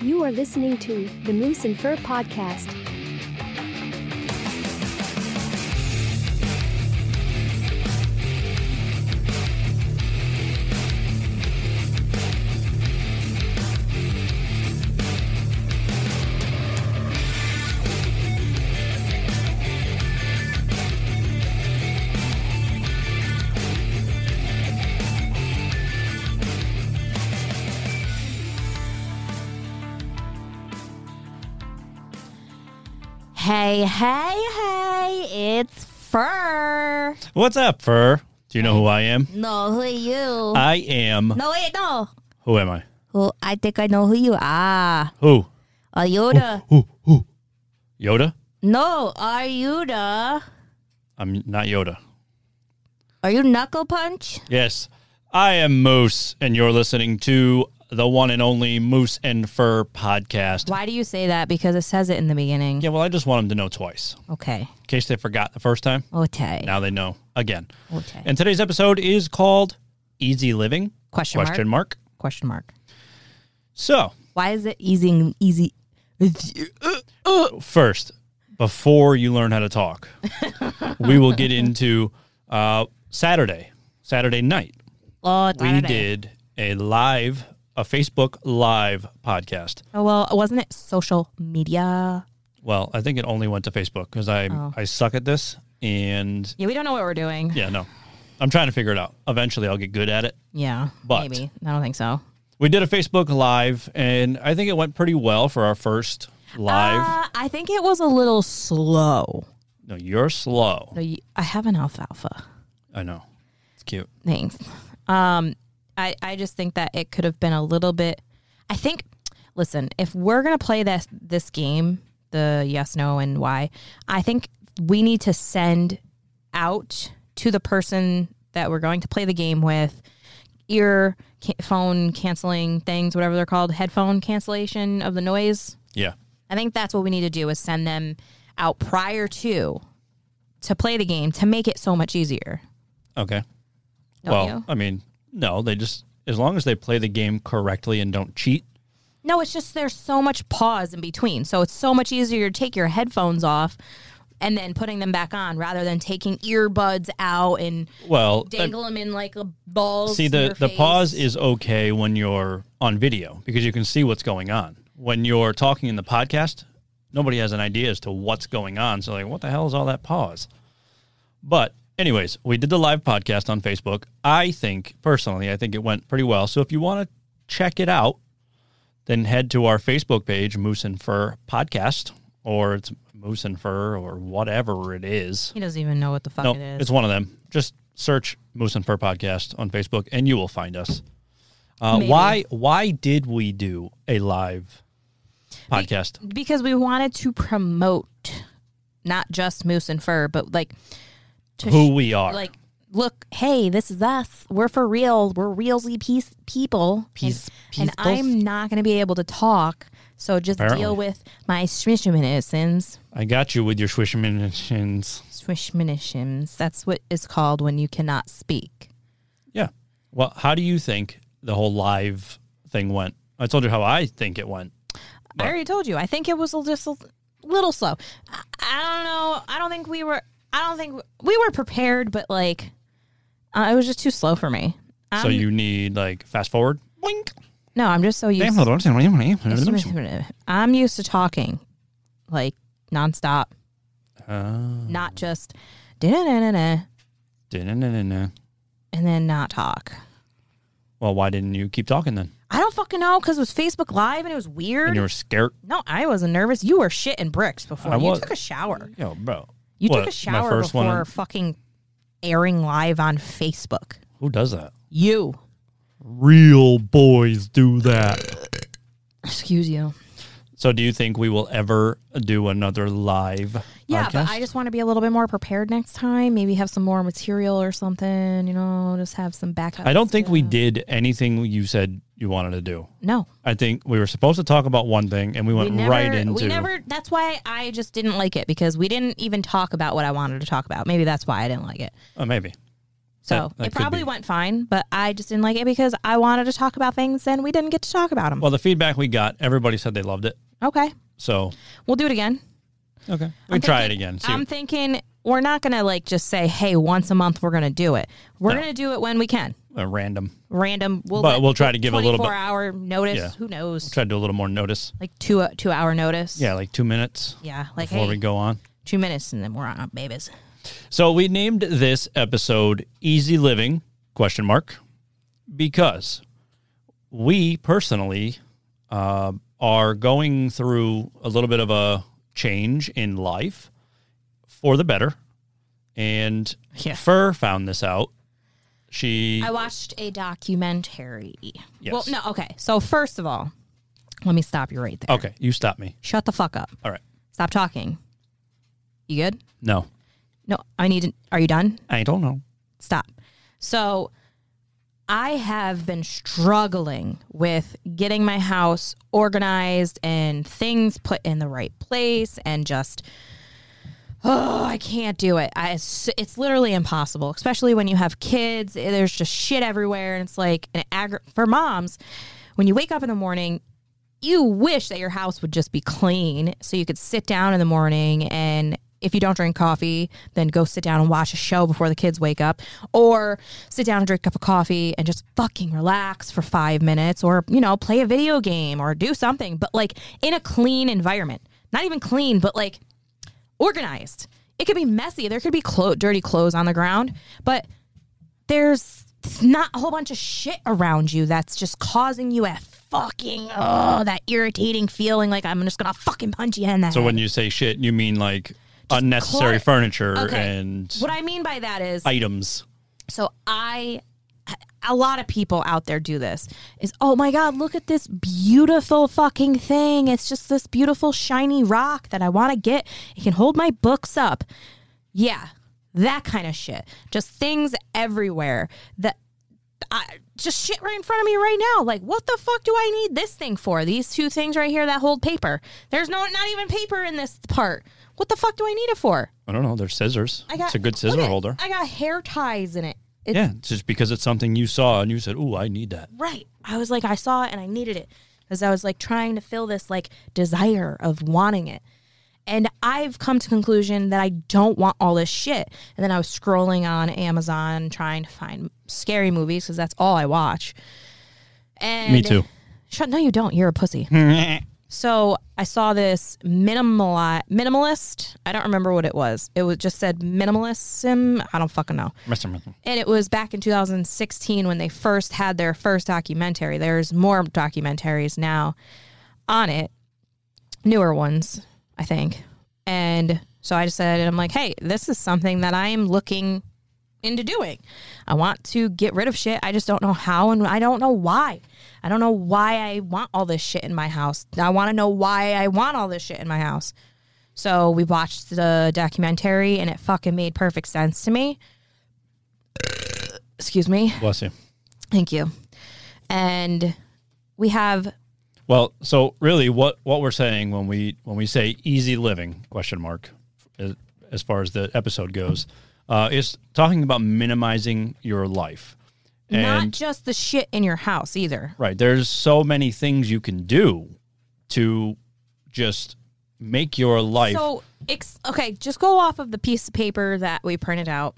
You are listening to the Moose and Fur Podcast. Hey, hey, hey, it's Fur. What's up, Fur? Do you know who I am? No, who are you? I am. Uh, no, wait, no. Who am I? Who? I think I know who you are. Who? Are you the? Who? Who? Yoda? No, are you the? I'm not Yoda. Are you Knuckle Punch? Yes, I am Moose, and you're listening to the one and only Moose and Fur podcast. Why do you say that? Because it says it in the beginning. Yeah, well, I just want them to know twice Okay. in case they forgot the first time. Okay. Now they know again. Okay. And today's episode is called Easy Living? Question mark. Question mark. Question mark. So, Why is it easy? Easy. first, before you learn how to talk, we will get into uh, Saturday, Saturday night. Oh, We did a live, a Facebook live podcast. Oh, well, wasn't it social media? Well, I think it only went to Facebook because I I suck at this, and Yeah, we don't know what we're doing. yeah, no, I'm trying to figure it out. Eventually, I'll get good at it. Yeah, But- maybe. I don't think so. We did a Facebook live, and I think it went pretty well for our first live. Uh, I think it was a little slow. no, you're slow. So you, I have an alfalfa. I know. It's cute. Thanks. Um, I I just think that it could have been a little bit. I think. Listen, if we're gonna play this this game, the yes, no, and why, I think we need to send out to the person that we're going to play the game with ear ca- phone canceling things, whatever they're called, headphone cancellation of the noise. Yeah. I think that's what we need to do is send them out prior to to play the game to make it so much easier. Okay. Don't well, you? I mean, no, they just as long as they play the game correctly and don't cheat. No, it's just there's so much pause in between. So it's so much easier to take your headphones off and then putting them back on rather than taking earbuds out and Well, that- dangle them in like a ball. See the the pause is okay when you're on video because you can see what's going on. When you're talking in the podcast, nobody has an idea as to what's going on. So like, what the hell is all that pause? But anyways, we did the live podcast on Facebook. I think personally, I think it went pretty well. So if you want to check it out, then head to our Facebook page, Moose and Fur Podcast, or it's Moose and Fur or whatever it is. He doesn't even know what the fuck No, it is. it's one of them. Just search Moose and Fur Podcast on Facebook, and you will find us. Uh, Maybe. why? Why did we do a live podcast? because we wanted to promote not just moose and fur, but like to Who we are? like look hey this is us we're for real we're realsy peace people Peace- and, and peoples. i'm not going to be able to talk so just Apparently. deal with my swishmanisms I got you with your swishminations. swishmanisms that's what it's called when you cannot speak Yeah. Well, how do you think the whole live thing went? I told you how I think it went. i already told you i think it was a- just a little slow I, I don't know i don't think we were i don't think we were prepared but like uh, it was just too slow for me I'm, so you need like fast forward. Boink. no i'm just so used to I'm used to talking like nonstop, Uh, not just da-na-na-na-na, da-na-na-na-na. and then not talk. Well, why didn't you keep talking then? I don't fucking know because it was Facebook Live and it was And weird. you were scared. no, I wasn't nervous. You were shitting bricks before. I you was- took a shower. Yo, bro. You What, took my a shower first before one- fucking airing live on Facebook. Who does that? You. real boys do that. Excuse you. So, do you think we will ever do another live? Yeah, but podcast? I just want to be a little bit more prepared next time. Maybe have some more material or something, you know, just have some backup. I don't think we did anything you said you wanted to do. No. I think we were supposed to talk about one thing, and we went we never, right into. we never that's why i just didn't like it because we didn't even talk about what i wanted to talk about maybe that's why i didn't like it Oh, maybe. So That- that it could probably be. went fine, but I just didn't like it because I wanted to talk about things and we didn't get to talk about them. Well, the feedback we got, everybody said they loved it. okay. So We'll do it again. okay, we I'm try it thinking- again. See, I'm thinking we're not going to like just say, hey, once a month we're going to do it. We're No. going to do it when we can. uh, random. Random. We'll But let- we'll try to give a little bit- 24 hour notice. Yeah. Who knows? Try to do a little more notice. like two uh, two hour notice. Yeah, like two minutes Yeah. Like before hey, we go on. two minutes and then we're on, babies. So we named this episode "Easy Living?" question mark because we personally uh, are going through a little bit of a change in life for the better, and Yeah. Fur found this out. She I watched a documentary. Yes. Well, no, okay. So first of all, let me stop you right there. okay, you stop me. Shut the fuck up. All right, Stop talking. You good? no, No, I need to. Are you done? I don't know. Stop. So I have been struggling with getting my house organized and things put in the right place and just oh, I can't do it. I, it's, it's literally impossible, especially when you have kids. There's just shit everywhere. And it's like, an aggr- for moms, when you wake up in the morning, you wish that your house would just be clean so you could sit down in the morning and if you don't drink coffee, then go sit down and watch a show before the kids wake up, or sit down and drink a cup of coffee and just fucking relax for five minutes, or, you know, play a video game or do something, but like in a clean environment. Not even clean, but like organized. It could be messy. There could be clo- dirty clothes on the ground, but there's not a whole bunch of shit around you that's just causing you a fucking oh that irritating feeling like I'm just gonna fucking punch you in that. So when you say shit, you mean like clutter. unnecessary furniture and what I mean by that is items. so I a lot of people out there do this is oh my god look at this beautiful fucking thing it's just this beautiful shiny rock that i want to get it can hold my books up yeah that kind of shit just things everywhere that I, just shit right in front of me right now like what the fuck do i need this thing for these two things right here that hold paper there's no not even paper in this part what the fuck do i need it for I don't know. They're scissors. i got it's a good look scissor at- holder. i got hair ties in it it's yeah, it's just because it's something you saw and you said, "Ooh, I need that." Right. I was like, I saw it and I needed it because I was like trying to fill this like desire of wanting it. And I've come to conclusion that I don't want all this shit. And then I was scrolling on Amazon trying to find scary movies because that's all I watch. And Me too. Shut. No, you don't. You're a pussy. so I saw this minimal minimalist. I don't remember what it was. It was just said minimalism. I don't fucking know. Mr. Mr. And it was back in 2016 when they first had their first documentary. There's more documentaries now on it, newer ones, I think. And so I just said, I'm like, hey, this is something that I am looking into doing. I want to get rid of shit. I just don't know how and I don't know why. I don't know why I want all this shit in my house. I want to know why I want all this shit in my house. So we watched the documentary and it fucking made perfect sense to me. Excuse me. Bless you. Thank you. And we have Well, so really, what what we're saying when we when we say easy living question mark, as, as far as the episode goes, uh, is talking about minimizing your life. not just the shit in your house either. Right. There's so many things you can do to just make your life. So, ex- okay, just go off of the piece of paper that we printed out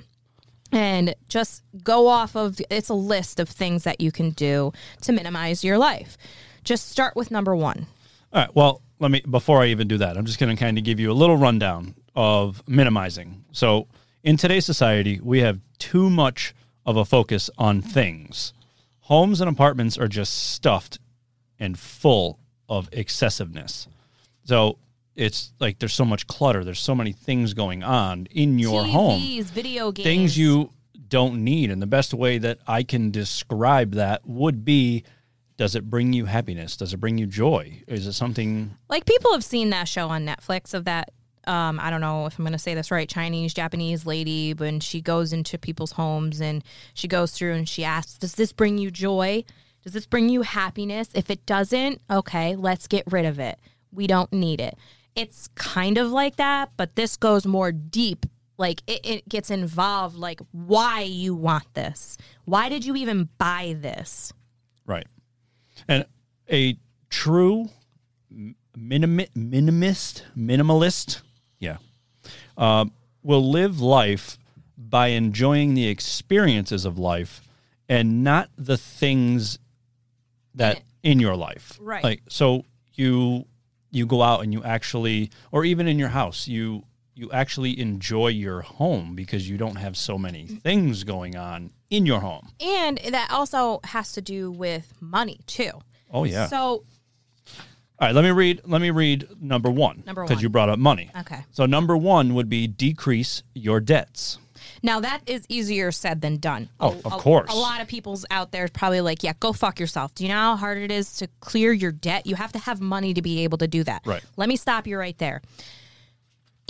and just go off of it's a list of things that you can do to minimize your life. Just start with number one. All right. Well, let me before I even do that, I'm just going to kind of give you a little rundown of minimizing. So, in today's society, we have too much of a focus on things. Homes and apartments are just stuffed and full of excessiveness. So, it's like there's so much clutter, there's so many things going on in your home TVs, video games, things you don't need. And the best way that I can describe that would be does it bring you happiness? Does it bring you joy? Is it something like people have seen that show on Netflix of that um, I don't know if I'm going to say this right Chinese Japanese lady when she goes into people's homes and she goes through and she asks does this bring you joy does this bring you happiness if it doesn't okay let's get rid of it we don't need it it's kind of like that but this goes more deep Like it, it gets involved, like why you want this. Why did you even buy this? Right. And a true minim- minimist, minimalist, yeah, uh, will live life by enjoying the experiences of life and not the things that in your life. Right. Like so you you go out and you actually or even in your house you you actually enjoy your home because you don't have so many things going on in your home. And that also has to do with money too. Oh yeah. So All right, let me read. Let me read number one. Number one. because Uh-huh. you brought up money. Okay. So number one would be decrease your debts. now that is easier said than done. Oh, A- of a- course. A lot of people's out there is probably like, yeah, go fuck yourself. Do you know how hard it is to clear your debt? You have to have money to be able to do that. Right. Let me stop you right there.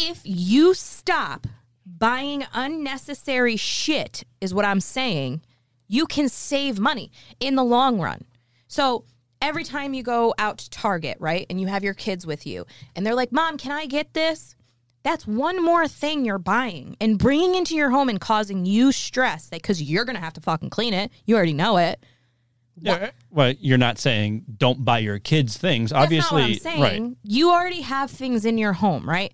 If you stop buying unnecessary shit, is what I'm saying, you can save money in the long run. So every time you go out to Target, right, and you have your kids with you, and they're like, Mom, can I get this? That's one more thing you're buying and bringing into your home and causing you stress because you're going to have to fucking clean it. You already know it. Yeah. Well, you're not saying don't buy your kids things. That's Obviously, not what I'm saying. right? You already have things in your home, right?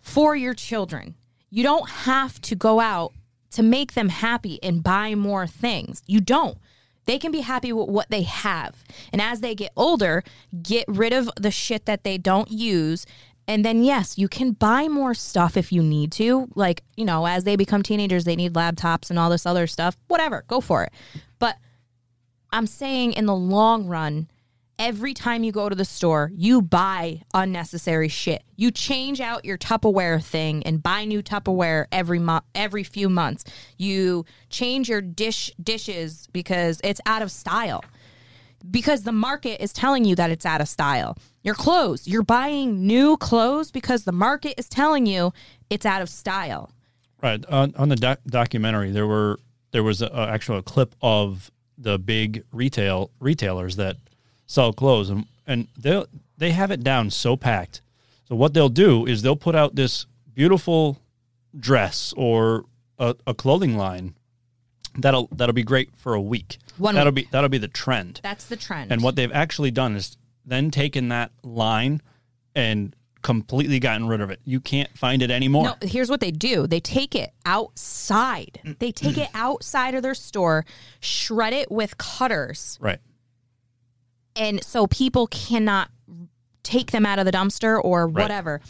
For your children. You don't have to go out to make them happy and buy more things. You don't. They can be happy with what they have. And as they get older, get rid of the shit that they don't use. And then, yes, you can buy more stuff if you need to. Like, you know, as they become teenagers, they need laptops and all this other stuff. Whatever, go for it. But I'm saying in the long run, every time you go to the store, you buy unnecessary shit. You change out your Tupperware thing and buy new Tupperware every month, every few months. You change your dish dishes because it's out of style. Because the market is telling you that it's out of style. Your clothes, you're buying new clothes because the market is telling you it's out of style. Right. On, on the doc- documentary, there were there was a, a actual clip of the big retail retailers that sell clothes, and and they they have it down so packed. So what they'll do is they'll put out this beautiful dress or a, a clothing line that'll that'll be great for a week. One that'll be that'll be the trend. That's the trend. And what they've actually done is then taken that line and completely gotten rid of it. You can't find it anymore. No, here's what they do. They take it outside. Mm. They take it outside of their store, shred it with cutters, Right. and so people cannot take them out of the dumpster or whatever.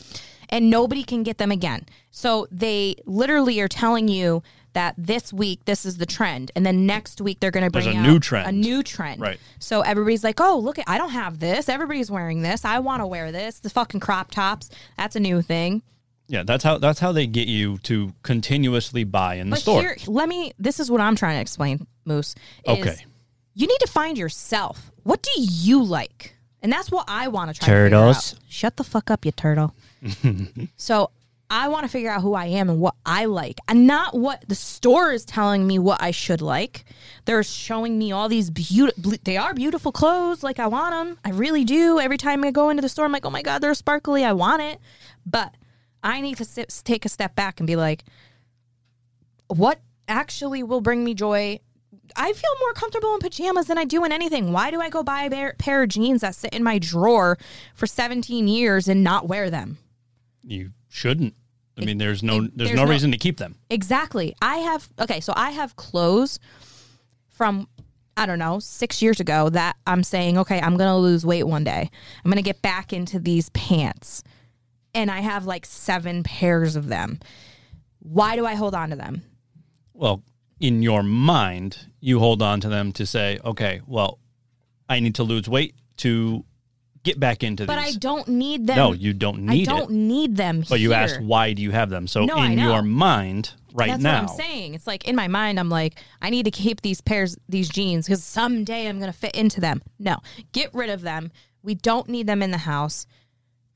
And nobody can get them again. So they literally are telling you that this week this is the trend, and then next week they're going to bring a out new trend. a new trend. Right. So everybody's like, "Oh, look at I don't have this. Everybody's wearing this. I want to wear this. The fucking crop tops. That's a new thing." Yeah, that's how that's how they get you to continuously buy in the But store. here, let me. This is what I'm trying to explain, Moose. Is Okay. You need to find yourself. What do you like? And that's what I want to try. To Turtles. figure out. Shut the fuck up, you turtle. so I want to figure out who I am and what I like, and not what the store is telling me what I should like. They're showing me all these beautiful. They are beautiful clothes. Like I want them. I really do. Every time I go into the store, I'm like, oh my god, they're sparkly. I want it. But I need to sit, take a step back and be like, what actually will bring me joy. I feel more comfortable in pajamas than I do in anything. Why do I go buy a pair- pair of jeans that sit in my drawer for 17 years and not wear them? you shouldn't. I mean, there's no there's, there's no, no- reason to keep them. Exactly. I have, okay, so I have clothes from, I don't know, six years ago that I'm saying, okay, I'm going to lose weight one day. I'm going to get back into these pants. And I have like seven pairs of them. Why do I hold on to them? Well, in your mind, you hold on to them to say, okay, well, I need to lose weight to get back into But I these. don't need them. no, you don't I need don't it. need them. But you here. asked why do you have them? So No, I in know. your mind, right That's now, what I'm saying. It's like in my mind, I'm like, I need to keep these pairs, these jeans, because someday I'm going to fit into them. No, get rid of them. We don't need them in the house.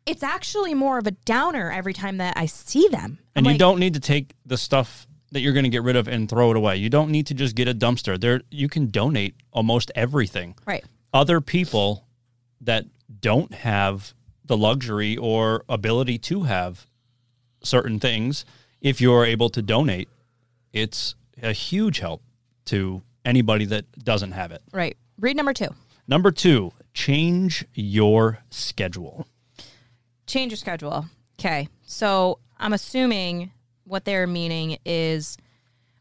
It's actually more of a downer every time that I see them. I'm And you like, don't need to take the stuff that you're going to get rid of and throw it away. You don't need to just get a dumpster. There, you can donate almost everything. Right. Other people that don't have the luxury or ability to have certain things, if you're able to donate, it's a huge help to anybody that doesn't have it. Right. Read number two. Number two, change your schedule. Change your schedule. Okay. So I'm assuming what they're meaning is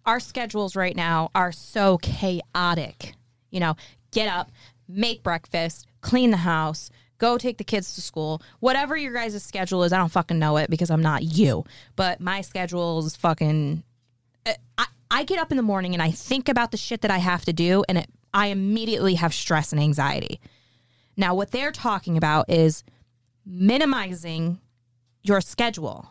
our schedules right now are so chaotic. You know, get up, make breakfast, clean the house, go take the kids to school. Whatever your guys' schedule is, I don't fucking know it because I'm not you. But my schedule is fucking uh, I, I get up in the morning and I think about the shit that I have to do, and it, I immediately have stress and anxiety. Now, what they're talking about is minimizing your schedule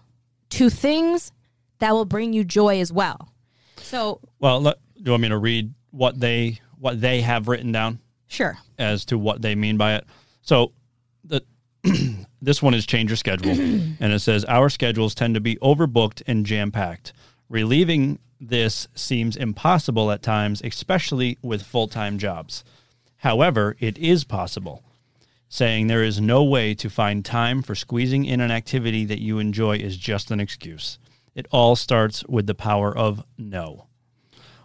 to things that will bring you joy as well. So, Well, let, do you want me to read what they what they have written down? sure. as to what they mean by it. So the this one is change your schedule and it says our schedules tend to be overbooked and jam-packed. Relieving this seems impossible at times, especially with full-time jobs. However, it is possible. Saying there is no way to find time for squeezing in an activity that you enjoy is just an excuse. It all starts with the power of no.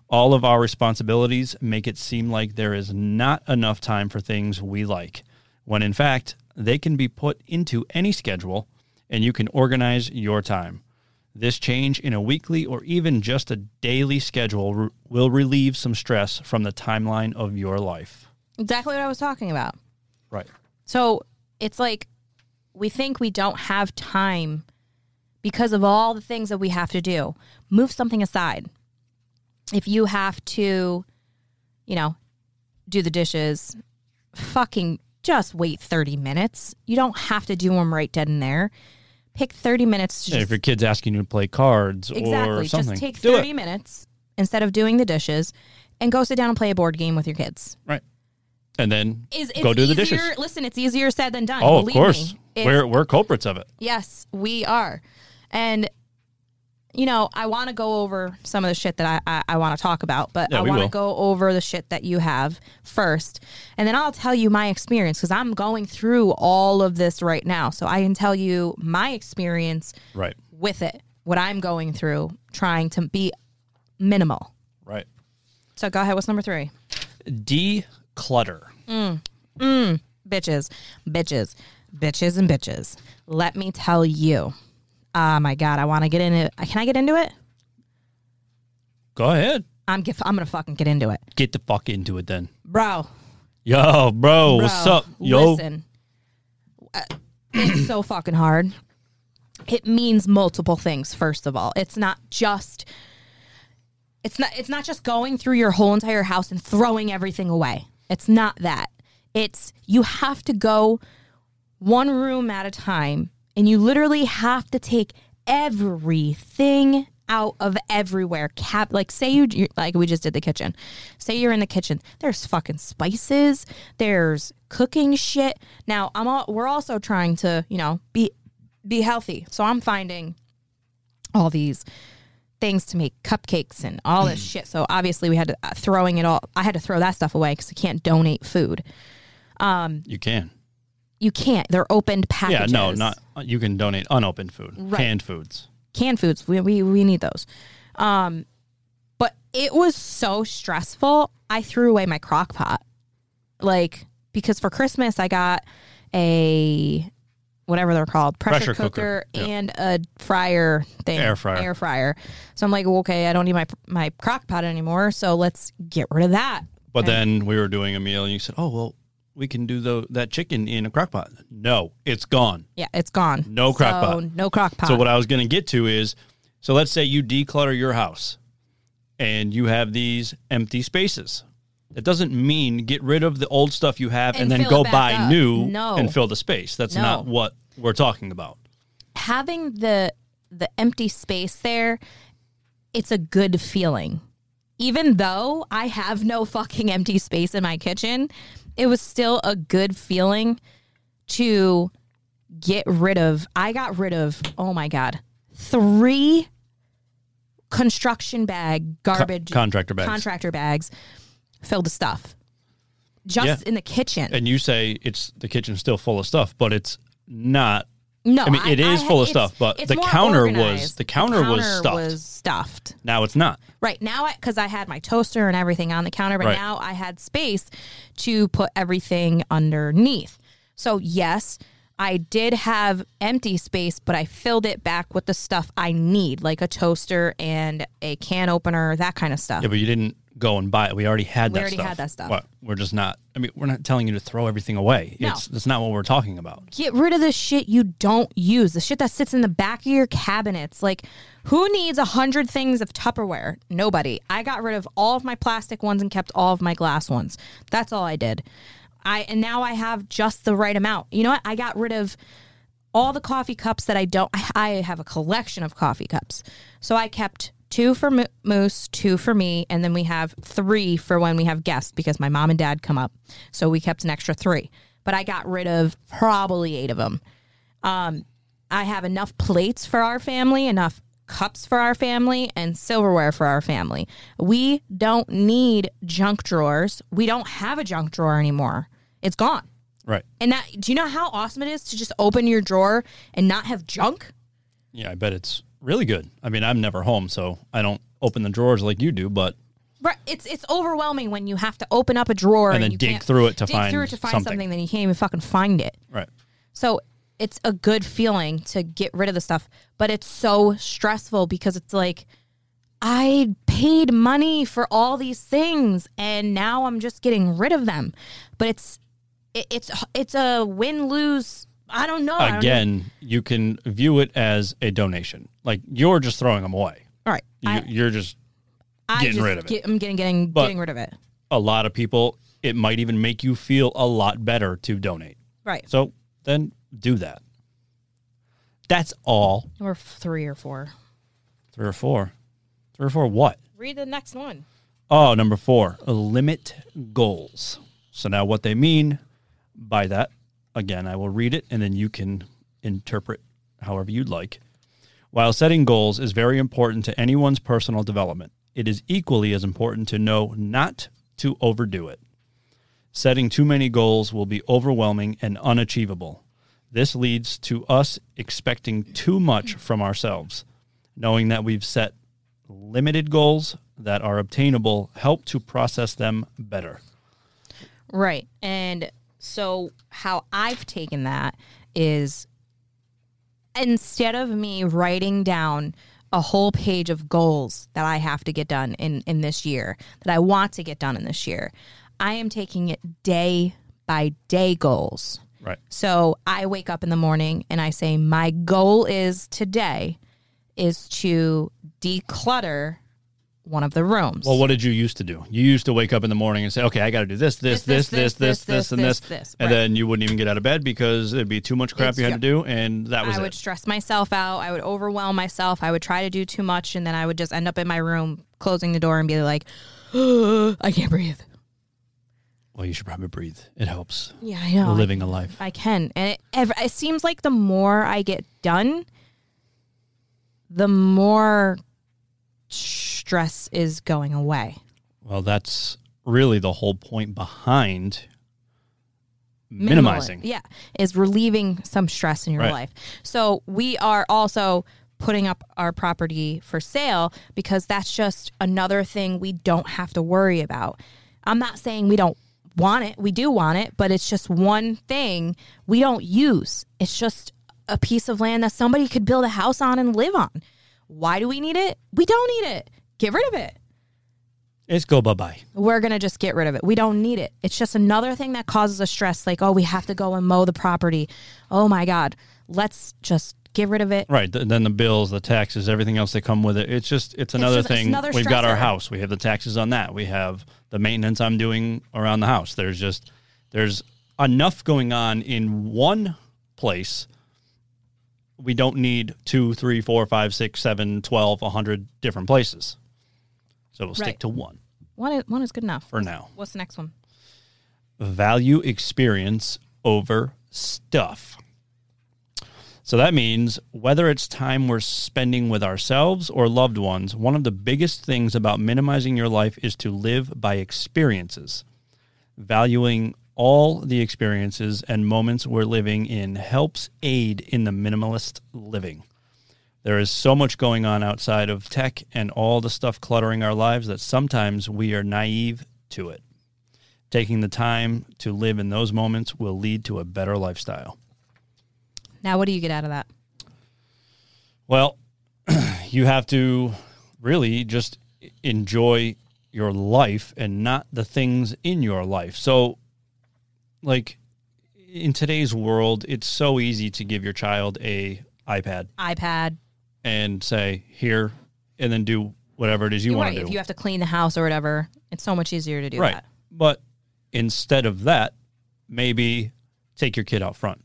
All of our responsibilities make it seem like there is not enough time for things we like, when in fact, they can be put into any schedule and you can organize your time. This change in a weekly or even just a daily schedule re- will relieve some stress from the timeline of your life. Exactly what I was talking about. Right. So it's like we think we don't have time because of all the things that we have to do. Move something aside. If you have to, you know, do the dishes, fucking just wait 30 minutes. You don't have to do them right dead and there. Pick 30 minutes to And just if your kid's asking you to play cards or Exactly. something, Just take do 30 it. minutes instead of doing the dishes and go sit down and play a board game with your kids. Right. And then Is it's go do the easier- dishes. Listen, it's easier said than done. Oh, of Believe course. me. It's- We're, we're culprits of it. Yes, we are. And, you know, I want to go over some of the shit that I, I, I want to talk about, but Yeah, I we want will. to go over the shit that you have first. And then I'll tell you my experience because I'm going through all of this right now. So I can tell you my experience Right. with it, what I'm going through, trying to be minimal. Right. So go ahead. What's number three? Declutter. Bitches, bitches, bitches, and bitches. Let me tell you. Oh my god, I want to get into. Can I get into it? Go ahead. I'm. gif- I'm gonna fucking get into it, Get the fuck into it then. bro. Yo, bro, bro what's up? Yo, Listen, Uh, it's so fucking hard. It means multiple things. First of all, it's not just. It's not. It's not just going through your whole entire house and throwing everything away. It's not that. It's you have to go one room at a time, and you literally have to take everything out of everywhere. Cap, like say you you- like we just did the kitchen. Say you're in the kitchen. There's fucking spices. There's cooking shit. Now I'm all, we're also trying to you know be be healthy. So I'm finding all these things to make cupcakes and all this shit. So obviously we had to uh, throwing it all. I had to throw that stuff away because I can't donate food. you can. You can't. They're opened Yeah, packages. no, not you can donate unopened food, Right. canned foods. canned foods. We, we, we need those. Um, but it was so stressful. I threw away my crock pot. Like, because for Christmas, I got a whatever they're called pressure, Pressure cooker, cooker, yeah. and a fryer thing Air fryer. air fryer so i'm like well, okay i don't need my my crock pot anymore so let's get rid of that But then we were doing a meal, and you said, "Oh well, we can do the, that chicken in a crock pot." No, it's gone. yeah it's gone No crock So, pot. no crock pot So what I was going to get to is, so let's say you declutter your house, and you have these empty spaces. That doesn't mean get rid of the old stuff you have and, And then fill go it back buy up. new No. and fill the space. That's No. not what we're talking about. having the the empty space there it's a good feeling even though i have no fucking empty space in my kitchen it was still a good feeling to get rid of i got rid of oh my god three construction bag garbage contractor bags. contractor bags filled with stuff just Yeah. in the kitchen and you say it's the kitchen's still full of stuff, but it's not No, I mean, it is full of it's- stuff, but it's the more counter was- organized. the counter was stuffed. was stuffed. Now it's not. Right now, because I, had my toaster and everything on the counter, but Right. now I had space to put everything underneath. So, yes, I did have empty space, but I filled it back with the stuff I need, like a toaster and a can opener, that kind of stuff. Yeah, but you didn't go and buy it. We already had We that already stuff. had that stuff. What? We're just not. I mean, we're not telling you to throw everything away. No. It's that's not what we're talking about. Get rid of the shit you don't use, the shit that sits in the back of your cabinets. Like, who needs a hundred things of Tupperware? Nobody. I got rid of all of my plastic ones and kept all of my glass ones. That's all I did. I and now I have just the right amount. You know what? I got rid of all the coffee cups that I don't. I, I have a collection of coffee cups, so I kept two for Mo- Moose, two for me, and then we have three for when we have guests because my mom and dad come up. So we kept an extra three, but I got rid of probably eight of them. I have enough plates for our family, enough cups for our family, and silverware for our family. We don't need junk drawers. We don't have a junk drawer anymore. It's gone. Right. And that, do you know how awesome it is to just open your drawer and not have junk? Yeah, I bet it's really good. I mean, I'm never home, so I don't open the drawers like you do. But Right. It's it's overwhelming when you have to open up a drawer and, then you dig can't- through it to dig find through it to find something. something, then you can't even fucking find it. right. So it's a good feeling to get rid of the stuff, but it's so stressful because it's like I paid money for all these things and now I'm just getting rid of them. But it's it, it's it's a win lose. I don't know. I don't know. Again, you can view it as a donation. Like you're just throwing them away. all right. You, I, you're just I getting just rid of it. get- I'm getting getting But- getting rid of it. a lot of people. It might even make you feel a lot better to donate. Right. So then do that. That's all. Or three or four. Three or four. Three or four. What? Read the next one. Oh, number four, limit goals. So now what they mean by that, again, I will read it and then you can interpret however you'd like. While setting goals is very important to anyone's personal development, it is equally as important to know not to overdo it. Setting too many goals will be overwhelming and unachievable. This leads to us expecting too much from ourselves. Knowing that we've set limited goals that are obtainable help to process them better. Right. And so how I've taken that is instead of me writing down a whole page of goals that I have to get done in in this year, that I want to get done in this year, I am taking it day by day goals. Right. So I wake up in the morning and I say, My goal is today is to declutter one of the rooms. Well, what did you used to do? You used to wake up in the morning and say, "Okay, I got to do this, this, this, this, this, this, and this," this, and right. then you wouldn't even get out of bed because it'd be too much crap It's- you had to do, and that was I it. would stress myself out. I would overwhelm myself. I would try to do too much, and then I would just end up in my room, closing the door, and be like, "I can't breathe." Well, you should probably breathe. It helps Yeah, I know. living a life. I can, and it, ev- it seems like the more I get done, the more stress is going away. Well, that's really the whole point behind minimizing. Minimal- yeah, is relieving some stress in your Right. life. So we are also putting up our property for sale because that's just another thing we don't have to worry about. I'm not saying we don't want it. We do want it, but it's just one thing we don't use. It's just a piece of land that somebody could build a house on and live on. Why do we need it? We don't need it. Get rid of it It's go bye bye. we're going to just get rid of it. We don't need it. It's just another thing that causes us stress like, oh, we have to go and mow the property. Oh my God. Let's just get rid of it. Right. th- then the bills, the taxes, everything else that come with it. It's just it's another just- it's thing. another We've got our stressor. house. We have the taxes on that. We have the maintenance I'm doing around the house. There's just there's enough going on in one place. We don't need two, three, four, five, six, seven, twelve, a hundred different places. So we'll stick Right. to one One is, one is good enough. for now. What's the next one? value experience over stuff. So that means whether it's time we're spending with ourselves or loved ones, one of the biggest things about minimizing your life is to live by experiences. Valuing all the experiences and moments we're living in helps aid in the minimalist living. There is so much going on outside of tech and all the stuff cluttering our lives that sometimes we are naive to it. Taking the time to live in those moments will lead to a better lifestyle. Now, what do you get out of that? Well, you have to really just enjoy your life and not the things in your life. So, like in today's world, it's so easy to give your child a iPad iPad. and say here, and then do whatever it is you You're want right. to do. If you have to clean the house or whatever, it's so much easier to do right, that. but instead of that, maybe take your kid out front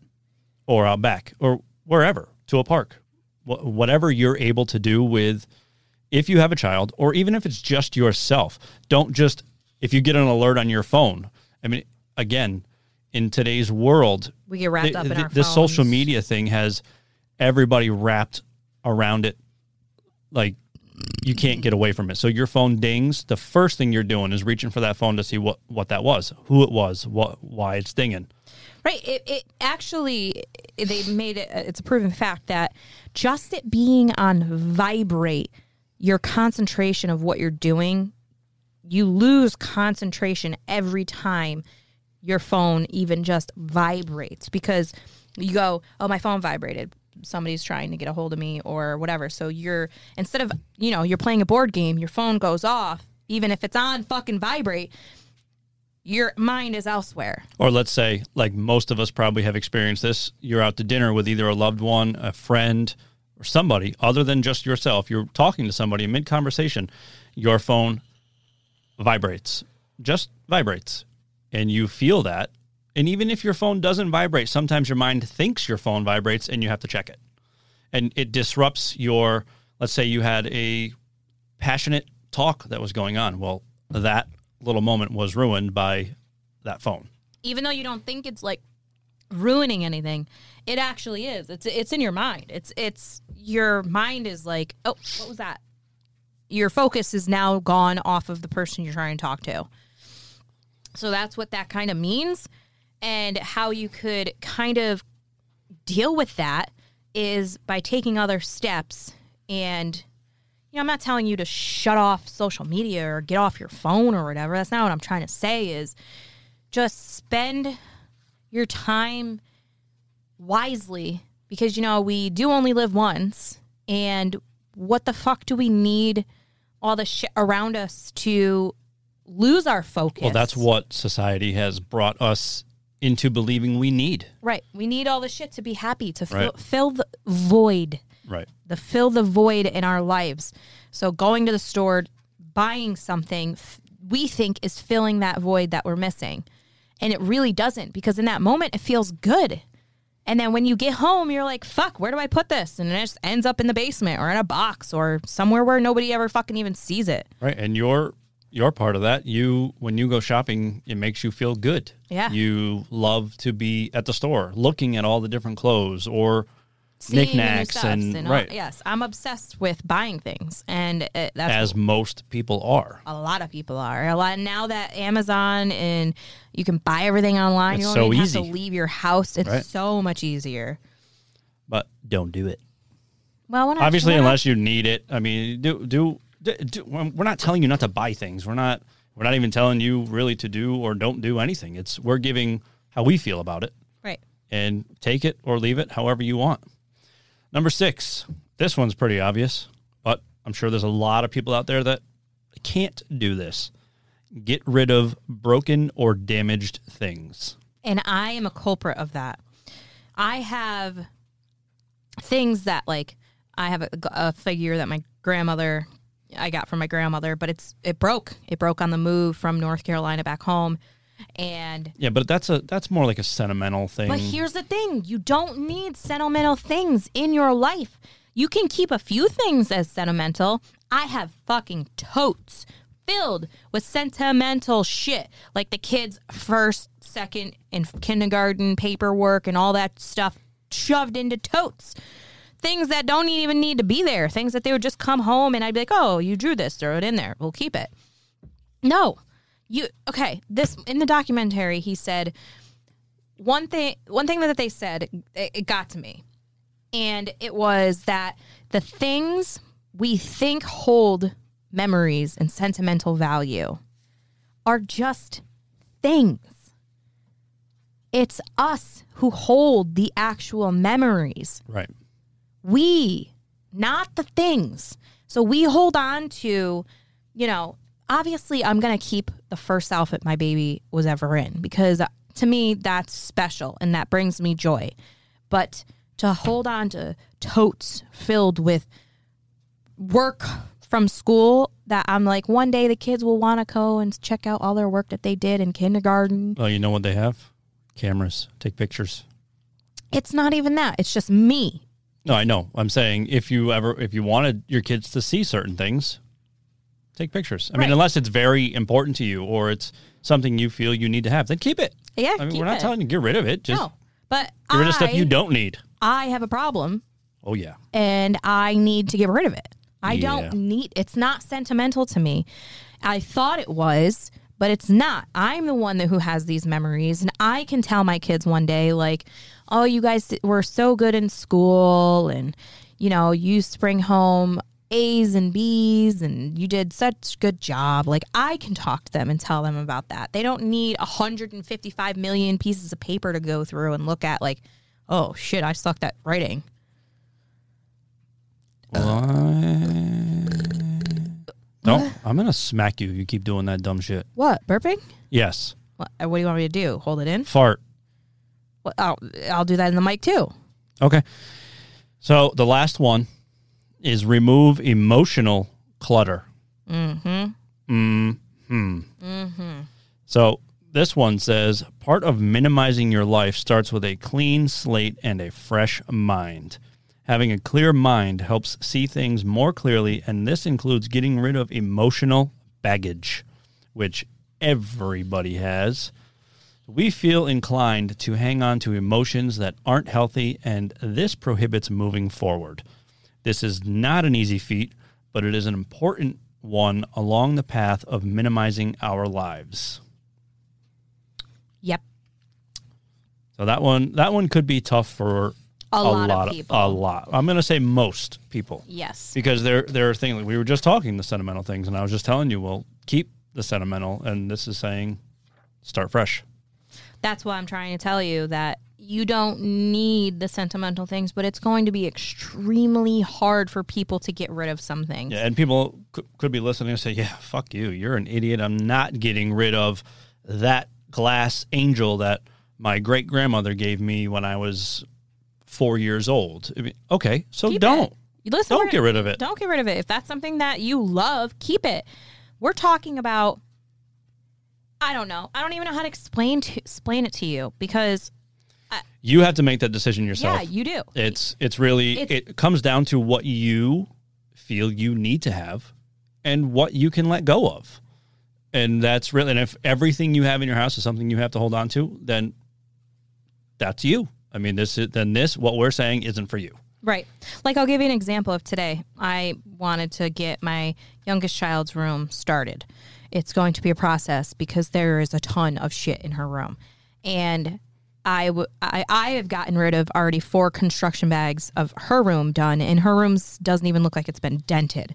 or out back or wherever to a park, Wh- whatever you're able to do with. If you have a child, or even if it's just yourself, don't just if you get an alert on your phone. I mean, again, in today's world, We get wrapped up in our the social phones. media thing has everybody wrapped around it like you can't get away from it so your phone dings the first thing you're doing is reaching for that phone to see what what that was who it was what why it's dinging Right. It, it actually they made it. It's a proven fact that just it being on vibrate, your concentration of what you're doing, you lose concentration every time your phone even just vibrates because you go, oh, my phone vibrated. Somebody's trying to get a hold of me or whatever. So you're instead of you know you're playing a board game, your phone goes off even if it's on fucking vibrate. Your mind is elsewhere. or let's say like most of us probably have experienced this you're out to dinner with either a loved one a friend or somebody other than just yourself you're talking to somebody mid conversation your phone vibrates just vibrates and you feel that and even if your phone doesn't vibrate sometimes your mind thinks your phone vibrates and you have to check it and it disrupts your let's say you had a passionate talk that was going on well that little moment was ruined by that phone even though you don't think it's like ruining anything, it actually is. It's it's in your mind. It's it's your mind is like, oh, what was that? Your focus is now gone off of the person you're trying to talk to. So that's what that kind of means and how you could kind of deal with that is by taking other steps and you know, I'm not telling you to shut off social media or get off your phone or whatever. That's not what I'm trying to say is just spend your time wisely because you know we do only live once and what the fuck do we need all the shit around us to lose our focus Well, that's what society has brought us into believing we need. right we need all the shit to be happy to fill, Right. fill the void Right. the fill the void in our lives. So going to the store, buying something f- we think is filling that void that we're missing. And it really doesn't because in that moment it feels good. And then when you get home, you're like, fuck, where do I put this? And it just ends up in the basement or in a box or somewhere where nobody ever fucking even sees it. Right. And you're you're part of that. You when you go shopping, it makes you feel good. Yeah. You love to be at the store looking at all the different clothes or Seeing new Knickknacks stuffs and- all- right. yes, I'm obsessed with buying things, and it, that's as most people are. a lot of people are. A lot now that Amazon and you can buy everything online. It's you so don't even have easy. to leave your house. It's Right. so much easier. But don't do it. Well, we're not, Obviously we're not- unless you need it. I mean, do do, do do we're not telling you not to buy things. We're not we're not even telling you really to do or don't do anything. It's we're giving how we feel about it. right. and take it or leave it however you want. Number six, this one's pretty obvious, but I'm sure there's a lot of people out there that can't do this. Get rid of broken or damaged things. And I am a culprit of that. I have things that like I have a, a figure that my grandmother I got from my grandmother, but it's it broke. It broke on the move from North Carolina back home, and Yeah, but that's a that's more like a sentimental thing. But here's the thing you don't need sentimental things in your life. You can keep a few things as sentimental. I have fucking totes filled with sentimental shit, like the kids' first, second, and kindergarten paperwork and all that stuff shoved into totes. Things that don't even need to be there, things that they would just come home and I'd be like, oh, you drew this, throw it in there, we'll keep it. No, you okay this in the documentary he said one thing one thing that they said it, it got to me and it was that the things we think hold memories and sentimental value are just things it's us who hold the actual memories Right. we not the things so we hold on to you know obviously i'm gonna keep the first outfit my baby was ever in because uh, to me that's special and that brings me joy but to hold on to totes filled with work from school that i'm like one day the kids will want to go and check out all their work that they did in kindergarten Oh, you know what they have? Cameras. Take pictures. it's not even that it's just me No, I know. I'm saying if you ever if you wanted your kids to see certain things, take pictures. I Right. mean, unless it's very important to you or it's something you feel you need to have, then keep it. yeah I mean, keep we're not it. telling you to get rid of it. Just no but get rid of stuff I- you don't need. i have a problem Oh yeah. and I need to get rid of it. I Yeah. don't need it's not sentimental to me. I thought it was, but it's not. I'm the one that who has these memories and I can tell my kids one day like, "Oh, you guys were so good in school and you know, you used to bring home A's and B's and you did such good job." Like I can talk to them and tell them about that. They don't need 155 million pieces of paper to go through and look at like, "Oh shit, I sucked at writing." No, I'm gonna smack you. You keep doing that dumb shit. What burping? Yes. What, uh, what do you want me to do? Hold it in? Fart. What, I'll, I'll do that in the mic too. Okay. So the last one is remove emotional clutter. Mm-hmm. Mm-hmm. Mm-hmm. So this one says part of minimizing your life starts with a clean slate and a fresh mind. Having a clear mind helps see things more clearly, and this includes getting rid of emotional baggage, which everybody has. We feel inclined to hang on to emotions that aren't healthy, and this prohibits moving forward. This is not an easy feat, but it is an important one along the path of minimizing our lives. Yep. So that one, that one could be tough for A lot of people. A lot. I'm going to say most people Yes. because there there are things we were just talking the sentimental things, and I was just telling you, well, keep the sentimental, and this is saying, start fresh. That's why I'm trying to tell you that you don't need the sentimental things, but it's going to be extremely hard for people to get rid of some things. Yeah, and people could, could be listening and say, "Yeah, fuck you. You're an idiot. I'm not getting rid of that glass angel that my great grandmother gave me when I was four years old." I mean, okay, so Keep don't it. You listen. don't we're- get rid of it. Don't get rid of it. If that's something that you love, keep it. We're talking about. I don't know. I don't even know how to explain to, explain it to you because You have to make that decision yourself. yeah, you do. it's it's really It's- it comes down to what you feel you need to have and what you can let go of. And that's really and if everything you have in your house is something you have to hold on to, then that's you. I mean, this is then this what we're saying isn't for you. Right. Like I'll give you an example of today. I wanted to get my youngest child's room started. It's going to be a process because there is a ton of shit in her room. And I, w- I, I have gotten rid of already four construction bags of her room done, and her room doesn't even look like it's been dented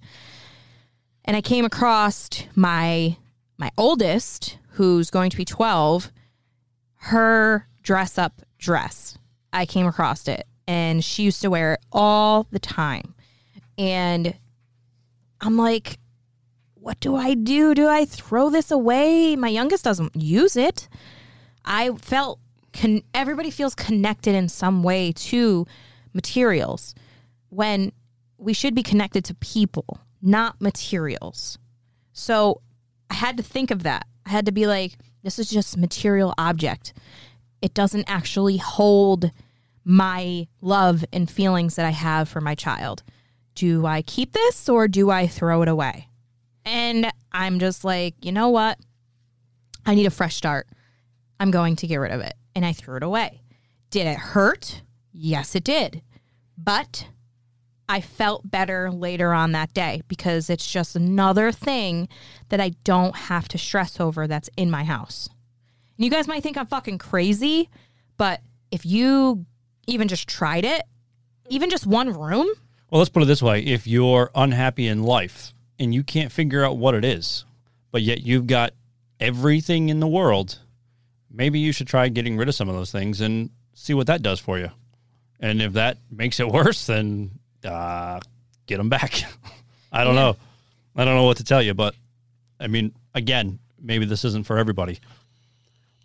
and I came across my my oldest, who's going to be twelve, her dress up dress. I came across it, and she used to wear it all the time. And I'm like, what do I do? Do I throw this away? My youngest doesn't use it. I felt con- everybody feels connected in some way to materials when we should be connected to people, not materials. So I had to think of that. I had to be like, this is just material object. It doesn't actually hold my love and feelings that I have for my child. Do I keep this or do I throw it away? And I'm just like, you know what? I need a fresh start. I'm going to get rid of it. And I threw it away. Did it hurt? Yes, it did. But I felt better later on that day because it's just another thing that I don't have to stress over that's in my house. And you guys might think I'm fucking crazy, but if you even just tried it, even just one room, Well, let's put it this way if you're unhappy in life and you can't figure out what it is, but yet you've got everything in the world, maybe you should try getting rid of some of those things and see what that does for you. And if that makes it worse, then uh, get them back. I don't know. I don't know what to tell you, but I mean, again, maybe this isn't for everybody,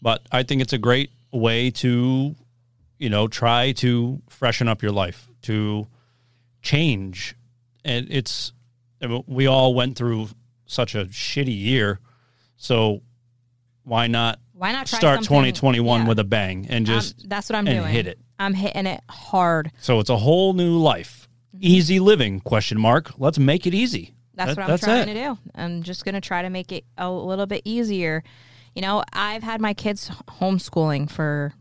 but I think it's a great way to, you know, try to freshen up your life, to change and it's I mean, we all went through such a shitty year so why not why not try start something- 2021 Yeah. Um, with a bang and I'm- just that's what I'm and doing. hit it. I'm hitting it hard. so it's a whole new life easy living question mark let's make it easy Mm-hmm. That's That- what I'm trying it. to do. I'm just going to try to make it a little bit easier. You know, I've had my kids homeschooling for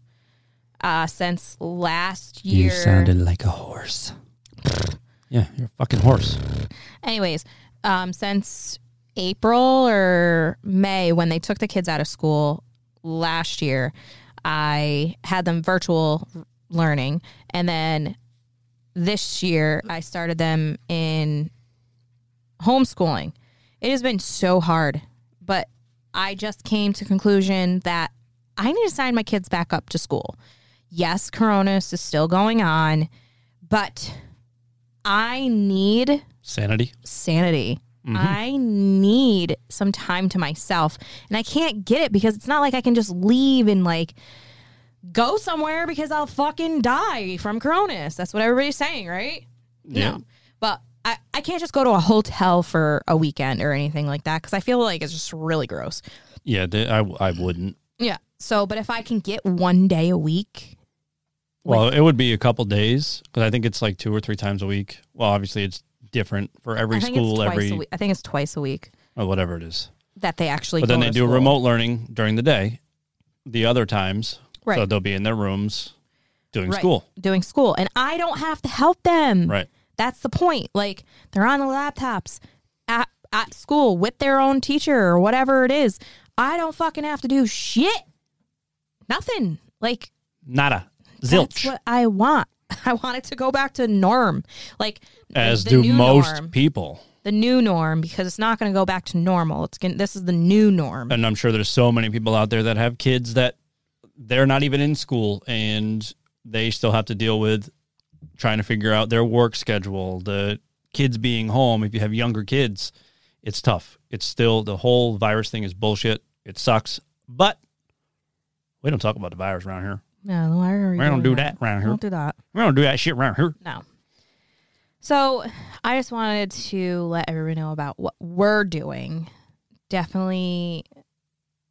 uh, since last year. like a horse yeah you're a fucking horse Anyways, um, since April or May, when they took the kids out of school last year, I had them virtual learning. And then this year, I started them in homeschooling. It has been so hard, but I just came to conclusion that I need to sign my kids back up to school. Yes, coronavirus is still going on, but I need sanity sanity. Mm-hmm. I need some time to myself. And I can't get it because it's not like I can just leave and like go somewhere because I'll fucking die from coronas. That's what everybody's saying, right? Yeah. But I, I can't just go to a hotel for a weekend or anything like that because I feel like it's just really gross. yeah th- I, I wouldn't Yeah. So, but if I can get one day a week, Well, it would be a couple days because I think it's like two or three times a week. Well, obviously it's different for every I think school, it's twice every a week. I think it's twice a week or whatever it is. that they actually. But then go they to do school. remote learning during the day. The other times, so Right. they'll be in their rooms doing Right. Mm. school. doing school, and I don't have to help them. Right. That's the point. Like they're on the laptops at, at school with their own teacher or whatever it is. I don't fucking have to do shit. Nothing. Like Nada. that's Zilch. what I want. I want it to go back to norm. Like the- As the do new most norm. people. the new norm because it's not going to go back to normal. It's going to this is the new norm. And I'm sure there's so many people out there that have kids that they're not even in school and they still have to deal with trying to figure out their work schedule, the kids being home. If you have younger kids, it's tough. It's still the whole virus thing is bullshit. It sucks. But we don't talk about the virus around here. No, why are we We don't doing do that around We here. Don't do that. We don't do that shit around here. No. So I just wanted to let everyone know about what we're doing. Definitely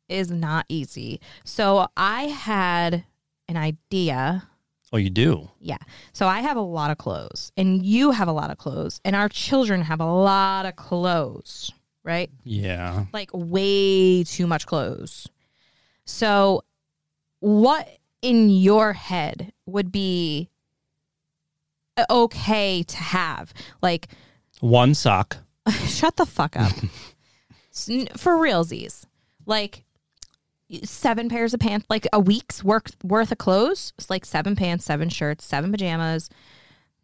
is not easy. So I had an idea. Oh, you do? Yeah. So I have a lot of clothes, and you have a lot of clothes, and our children have a lot of clothes, right? Yeah. like way too much clothes. So, what in your head would be uh, okay to have? Like, One sock. shut the fuck up. S- n- For realsies, like seven pairs of pants, like a week's work worth of clothes. It's like seven pants, seven shirts, seven pajamas,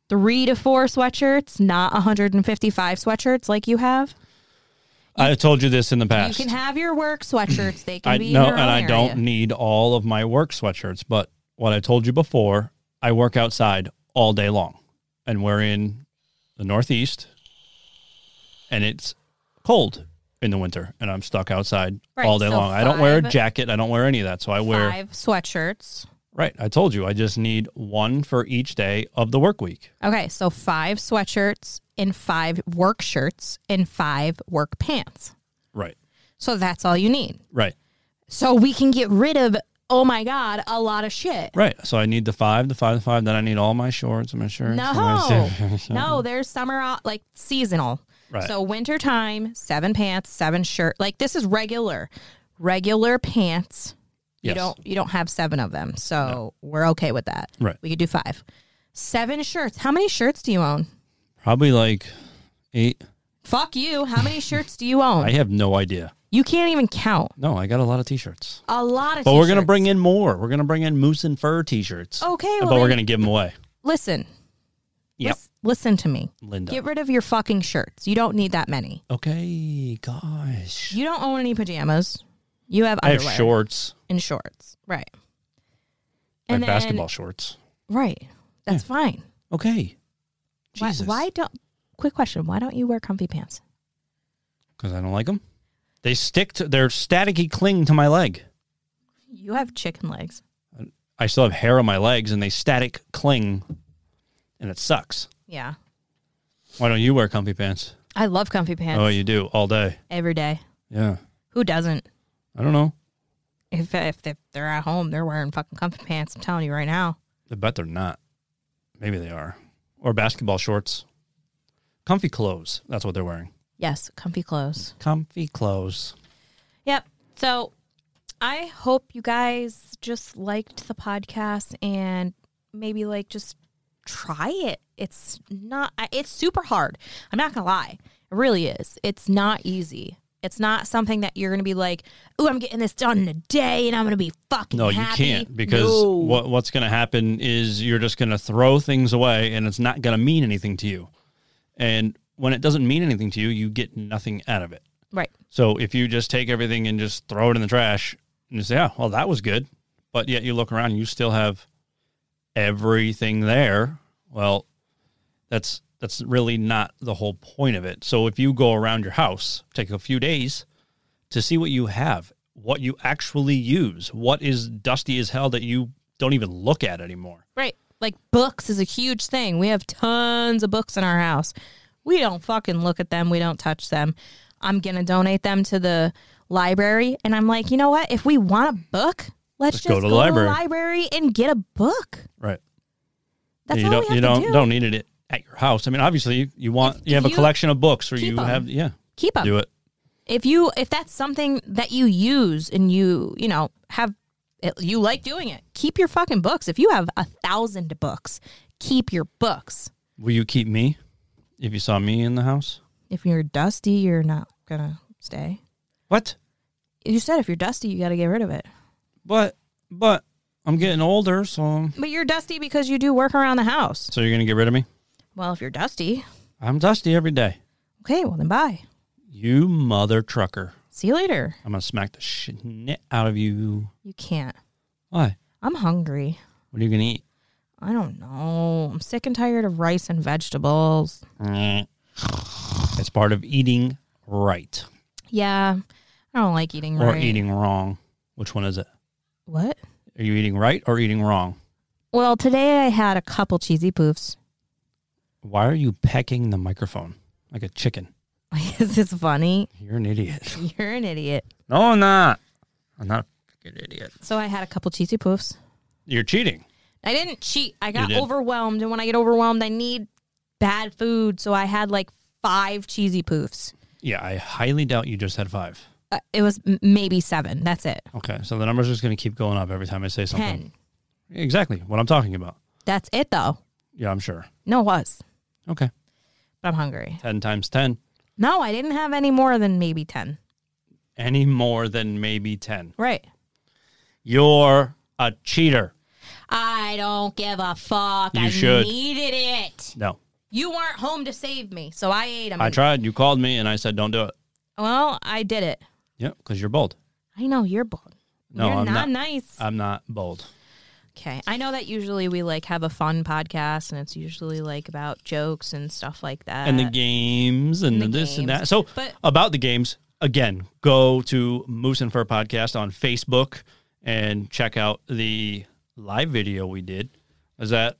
three to four sweatshirts, not 155 sweatshirts like you have. I told you this in the You past. can have your work sweatshirts. They can I be know, in your and own I area. don't need all of my work sweatshirts. But what I told you before, I work outside all day long, and we're in the Northeast, and it's cold in the winter, and I'm stuck outside Right, all day so long. I don't wear a five- jacket. I don't wear any of that. So I wear five sweatshirts. right. I told you, I just need one for each day of the work week. Okay, so five sweatshirts and five work shirts and five work pants. Right, So that's all you need. right, So we can get rid of oh my god, a lot of shit. right. So I need the five, the five, the five. Then I need all my shorts and my shirts. and No, my- no, there's summer uh, like seasonal. Right. So winter time, seven pants, seven shirt. Like this is regular, regular pants. You Yes. don't you don't have seven of them, so we're okay with that. Right. We could do five. Seven shirts. How many shirts do you own? Probably like eight. Fuck you. How many shirts do you own? I have no idea. you can't even count. No, I got a lot of t-shirts. A lot of. But we're gonna t-shirts. bring in more. We're gonna bring in moose and fur t-shirts. Uh, Okay, well but we're then- gonna give them away. Listen. Yep. Lis- Listen to me. Linda. Get rid of your fucking shirts. You don't need that many. Okay, gosh. You don't own any pajamas. You have I have underwear shorts. and shorts. Right. I have And then- basketball shorts. Right. That's fine. Okay. Why, Jesus. why don't? Quick question. Why don't you wear comfy pants? Because I don't like them. They stick to. They're staticky cling to my leg. You have chicken legs. I still have hair on my legs, and they static cling, and it sucks. Yeah. Why don't you wear comfy pants? I love comfy pants Oh, you do all day. every day. Yeah. Who doesn't? I don't know. If, if if they're at home, they're wearing fucking comfy pants. I'm telling you right now. I bet they're not. Maybe they are. Or basketball shorts. Comfy clothes. That's what they're wearing. Yes, comfy clothes. Comfy clothes. Yep. So I hope you guys just liked the podcast and maybe like just try it. It's not, I- it's super hard. I'm not going to lie. It really is. It's not easy. It's not something that you're going to be like, oh, I'm getting this done in a day and I'm going to be fucking No, happy." you can't because No. what what's going to happen is you're just going to throw things away and it's not going to mean anything to you. And when it doesn't mean anything to you, you get nothing out of it. Right. So if you just take everything and just throw it in the trash and you say, "Oh, well that was good." But yet you look around and you still have everything there. Well, that's that's really not the whole point of it. So if you go around your house, take a few days to see what you have, what you actually use, what is dusty as hell that you don't even look at anymore. Right. Like books is a huge thing. We have tons of books in our house. We don't fucking look at them. We don't touch them. I'm going to donate them to the library. And I'm like, you know what? If we want a book, let's Just just go to the library. library and get a book. Right. That's you all don't we have you to don't do. don't need it at your house. I mean, obviously you, you want If- you have if a you collection of books or keep you 'em. have yeah, Keep them. do it. If you if that's something that you use and you, you know, have it, you like doing it, keep your fucking books. If you have a thousand books, keep your books. Will you keep me if you saw me in the house? If you're dusty, you're not going to stay. What? You said if you're dusty, you got to get rid of it. But but I'm getting older, so But you're dusty because you do work around the house. so you're gonna get rid of me? Well, if you're dusty, I'm dusty every day. okay, well then bye. You mother trucker! See you later. I'm gonna smack the shit out of you. You can't. Why? I'm hungry. What are you gonna eat? I don't know. I'm sick and tired of rice and vegetables. It's part of eating right Yeah, I don't like eating or right. eating wrong. Which one is it? what? Are you eating right or eating wrong? Well, today I had a couple cheesy poofs. Why are you pecking the microphone like a chicken? Is this funny? You're an idiot. You're an idiot. No, I'm not. I'm not a freaking idiot. So I had a couple cheesy poofs. You're cheating. I didn't cheat. I got did. overwhelmed, and when I get overwhelmed, I need bad food. So I had like five cheesy poofs. Yeah, I highly doubt you just had five. uh, it was m- maybe seven. That's it. Okay, so the number's just going to keep going up every time I say something. Ten. Exactly what I'm talking about. That's it though. Yeah, I'm sure. No, it was. Okay, But I'm hungry. ten times ten, No, I didn't have any more than maybe ten. any more than maybe ten. Right. You're a cheater. I don't give a fuck. You I should. needed it. No, You weren't home to save me, so I ate them. I tried. You called me, and I said, "Don't do it." well, I did it. Yeah, because you're bold. I know you're bold. No, you're I'm not, not. nice. I'm not bold. Okay. I know that usually we like have a fun podcast and it's usually like about jokes and stuff like that. and the games and the the this and games. that. So But- about the games again, go to Moose and Fur podcast on Facebook and check out the live video we did. Is that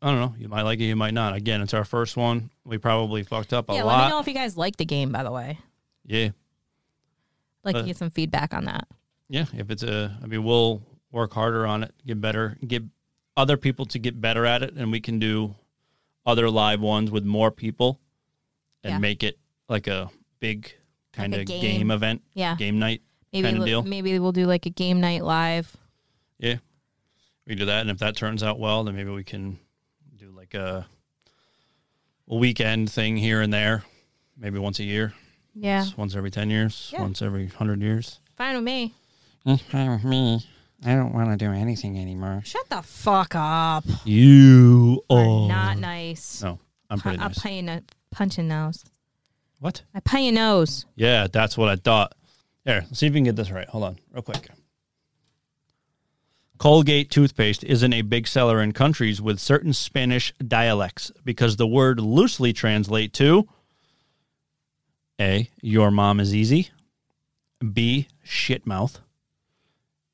I don't know. You might like it. You might not. Again, it's our first one. We probably fucked up a yeah, let me know lot. if you guys like the game, by the way. Yeah, Like Uh, to get some feedback on that. yeah. If it's a, I mean, we'll work harder on it, get better, get other people to get better at it, and we can do other live ones with more people and Yeah. make it like a big kind of game. game event. Yeah. game night Maybe kind of we'll- deal. maybe we'll do like a game night live. Yeah, we do that, and if that turns out well, then maybe we can do like a, a weekend thing here and there, maybe once a year, Yeah. once every ten years, Yeah. once every hundred years. Fine with me. It's fine with me. I don't want to do anything anymore. Shut the fuck up. You You're not nice. Oh. no, I'm pretty I'll nice. pay you a punch in nose. What? I pay your nose. Yeah, that's what I thought. Here, let's see if we can get this right. Hold on, real quick. Colgate toothpaste isn't a big seller in countries with certain Spanish dialects because the word loosely translate to A. Your mom is easy. B. Shit mouth.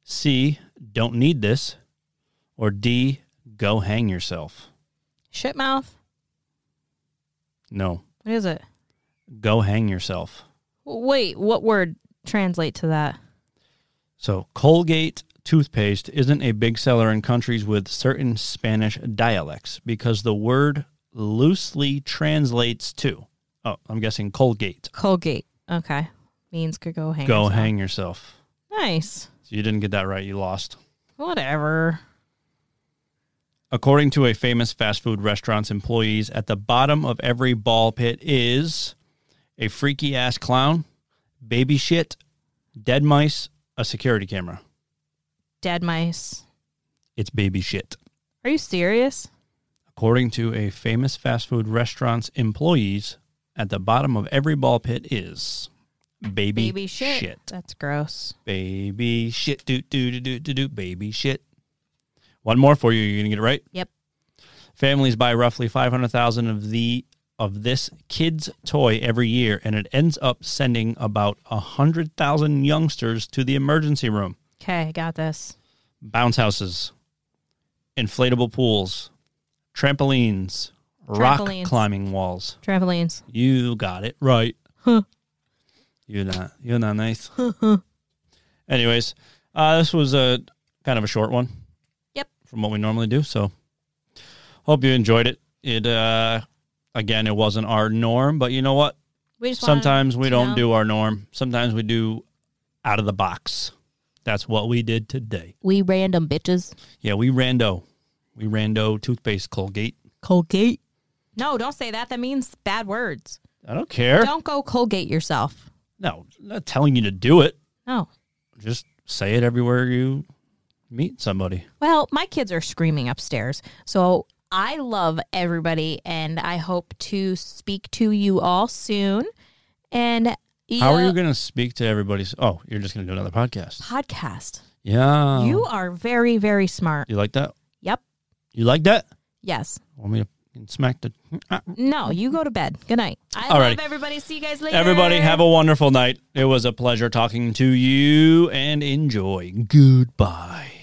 C. Don't need this. Or D. Go hang yourself. Shit mouth. No, What is it? go hang yourself. W- Wait, what word translate to that? So Colgate toothpaste isn't a big seller in countries with certain Spanish dialects because the word loosely translates to. Oh, I'm guessing Colgate. Colgate. Okay. Means could go hang. Go yourself. hang yourself. Nice. So you didn't get that right. You lost. Whatever. According to a famous fast food restaurant's employees, at the bottom of every ball pit is a freaky ass clown, baby shit, dead mice, a security camera. Dead mice. It's baby shit. Are you serious? According to a famous fast food restaurant's employees, at the bottom of every ball pit is baby, Baby shit. That's gross. Baby shit. Doot, doot, doot, doot, doot, doot. Baby shit. One more for you. You're going to get it right? Yep. Families buy roughly 500,000 of the of this kid's toy every year and it ends up sending about 100,000 youngsters to the emergency room, Okay, got this. bounce houses, inflatable pools, trampolines, rock Trampolines. climbing walls. Trampolines. You got it right. Huh. You're not. You're not nice. Anyways, uh, this was a kind of a short one. Yep. From what we normally do, so hope you enjoyed it. It uh, again, it wasn't our norm, but you know what? We just wanted Sometimes we to don't know. do our norm. Sometimes we do out of the box. That's what we did today. We random bitches. Yeah, we rando. We rando toothpaste Colgate. Colgate. No, don't say that. That means bad words. I don't care. Don't go Colgate yourself. No, not telling you to do it. No. just say it everywhere you meet somebody. Well, my kids are screaming upstairs. So I love everybody and I hope to speak to you all soon. And How are yeah, you going to speak to everybody's? Oh, you're just going to do another podcast. podcast? Yeah. You are very, very smart. You like that? Yep. You like that? Yes. Want me to smack the. No, you go to bed. Good night. I Alrighty. love everybody. See you guys later. Everybody, have a wonderful night. It was a pleasure talking to you and enjoy. Goodbye.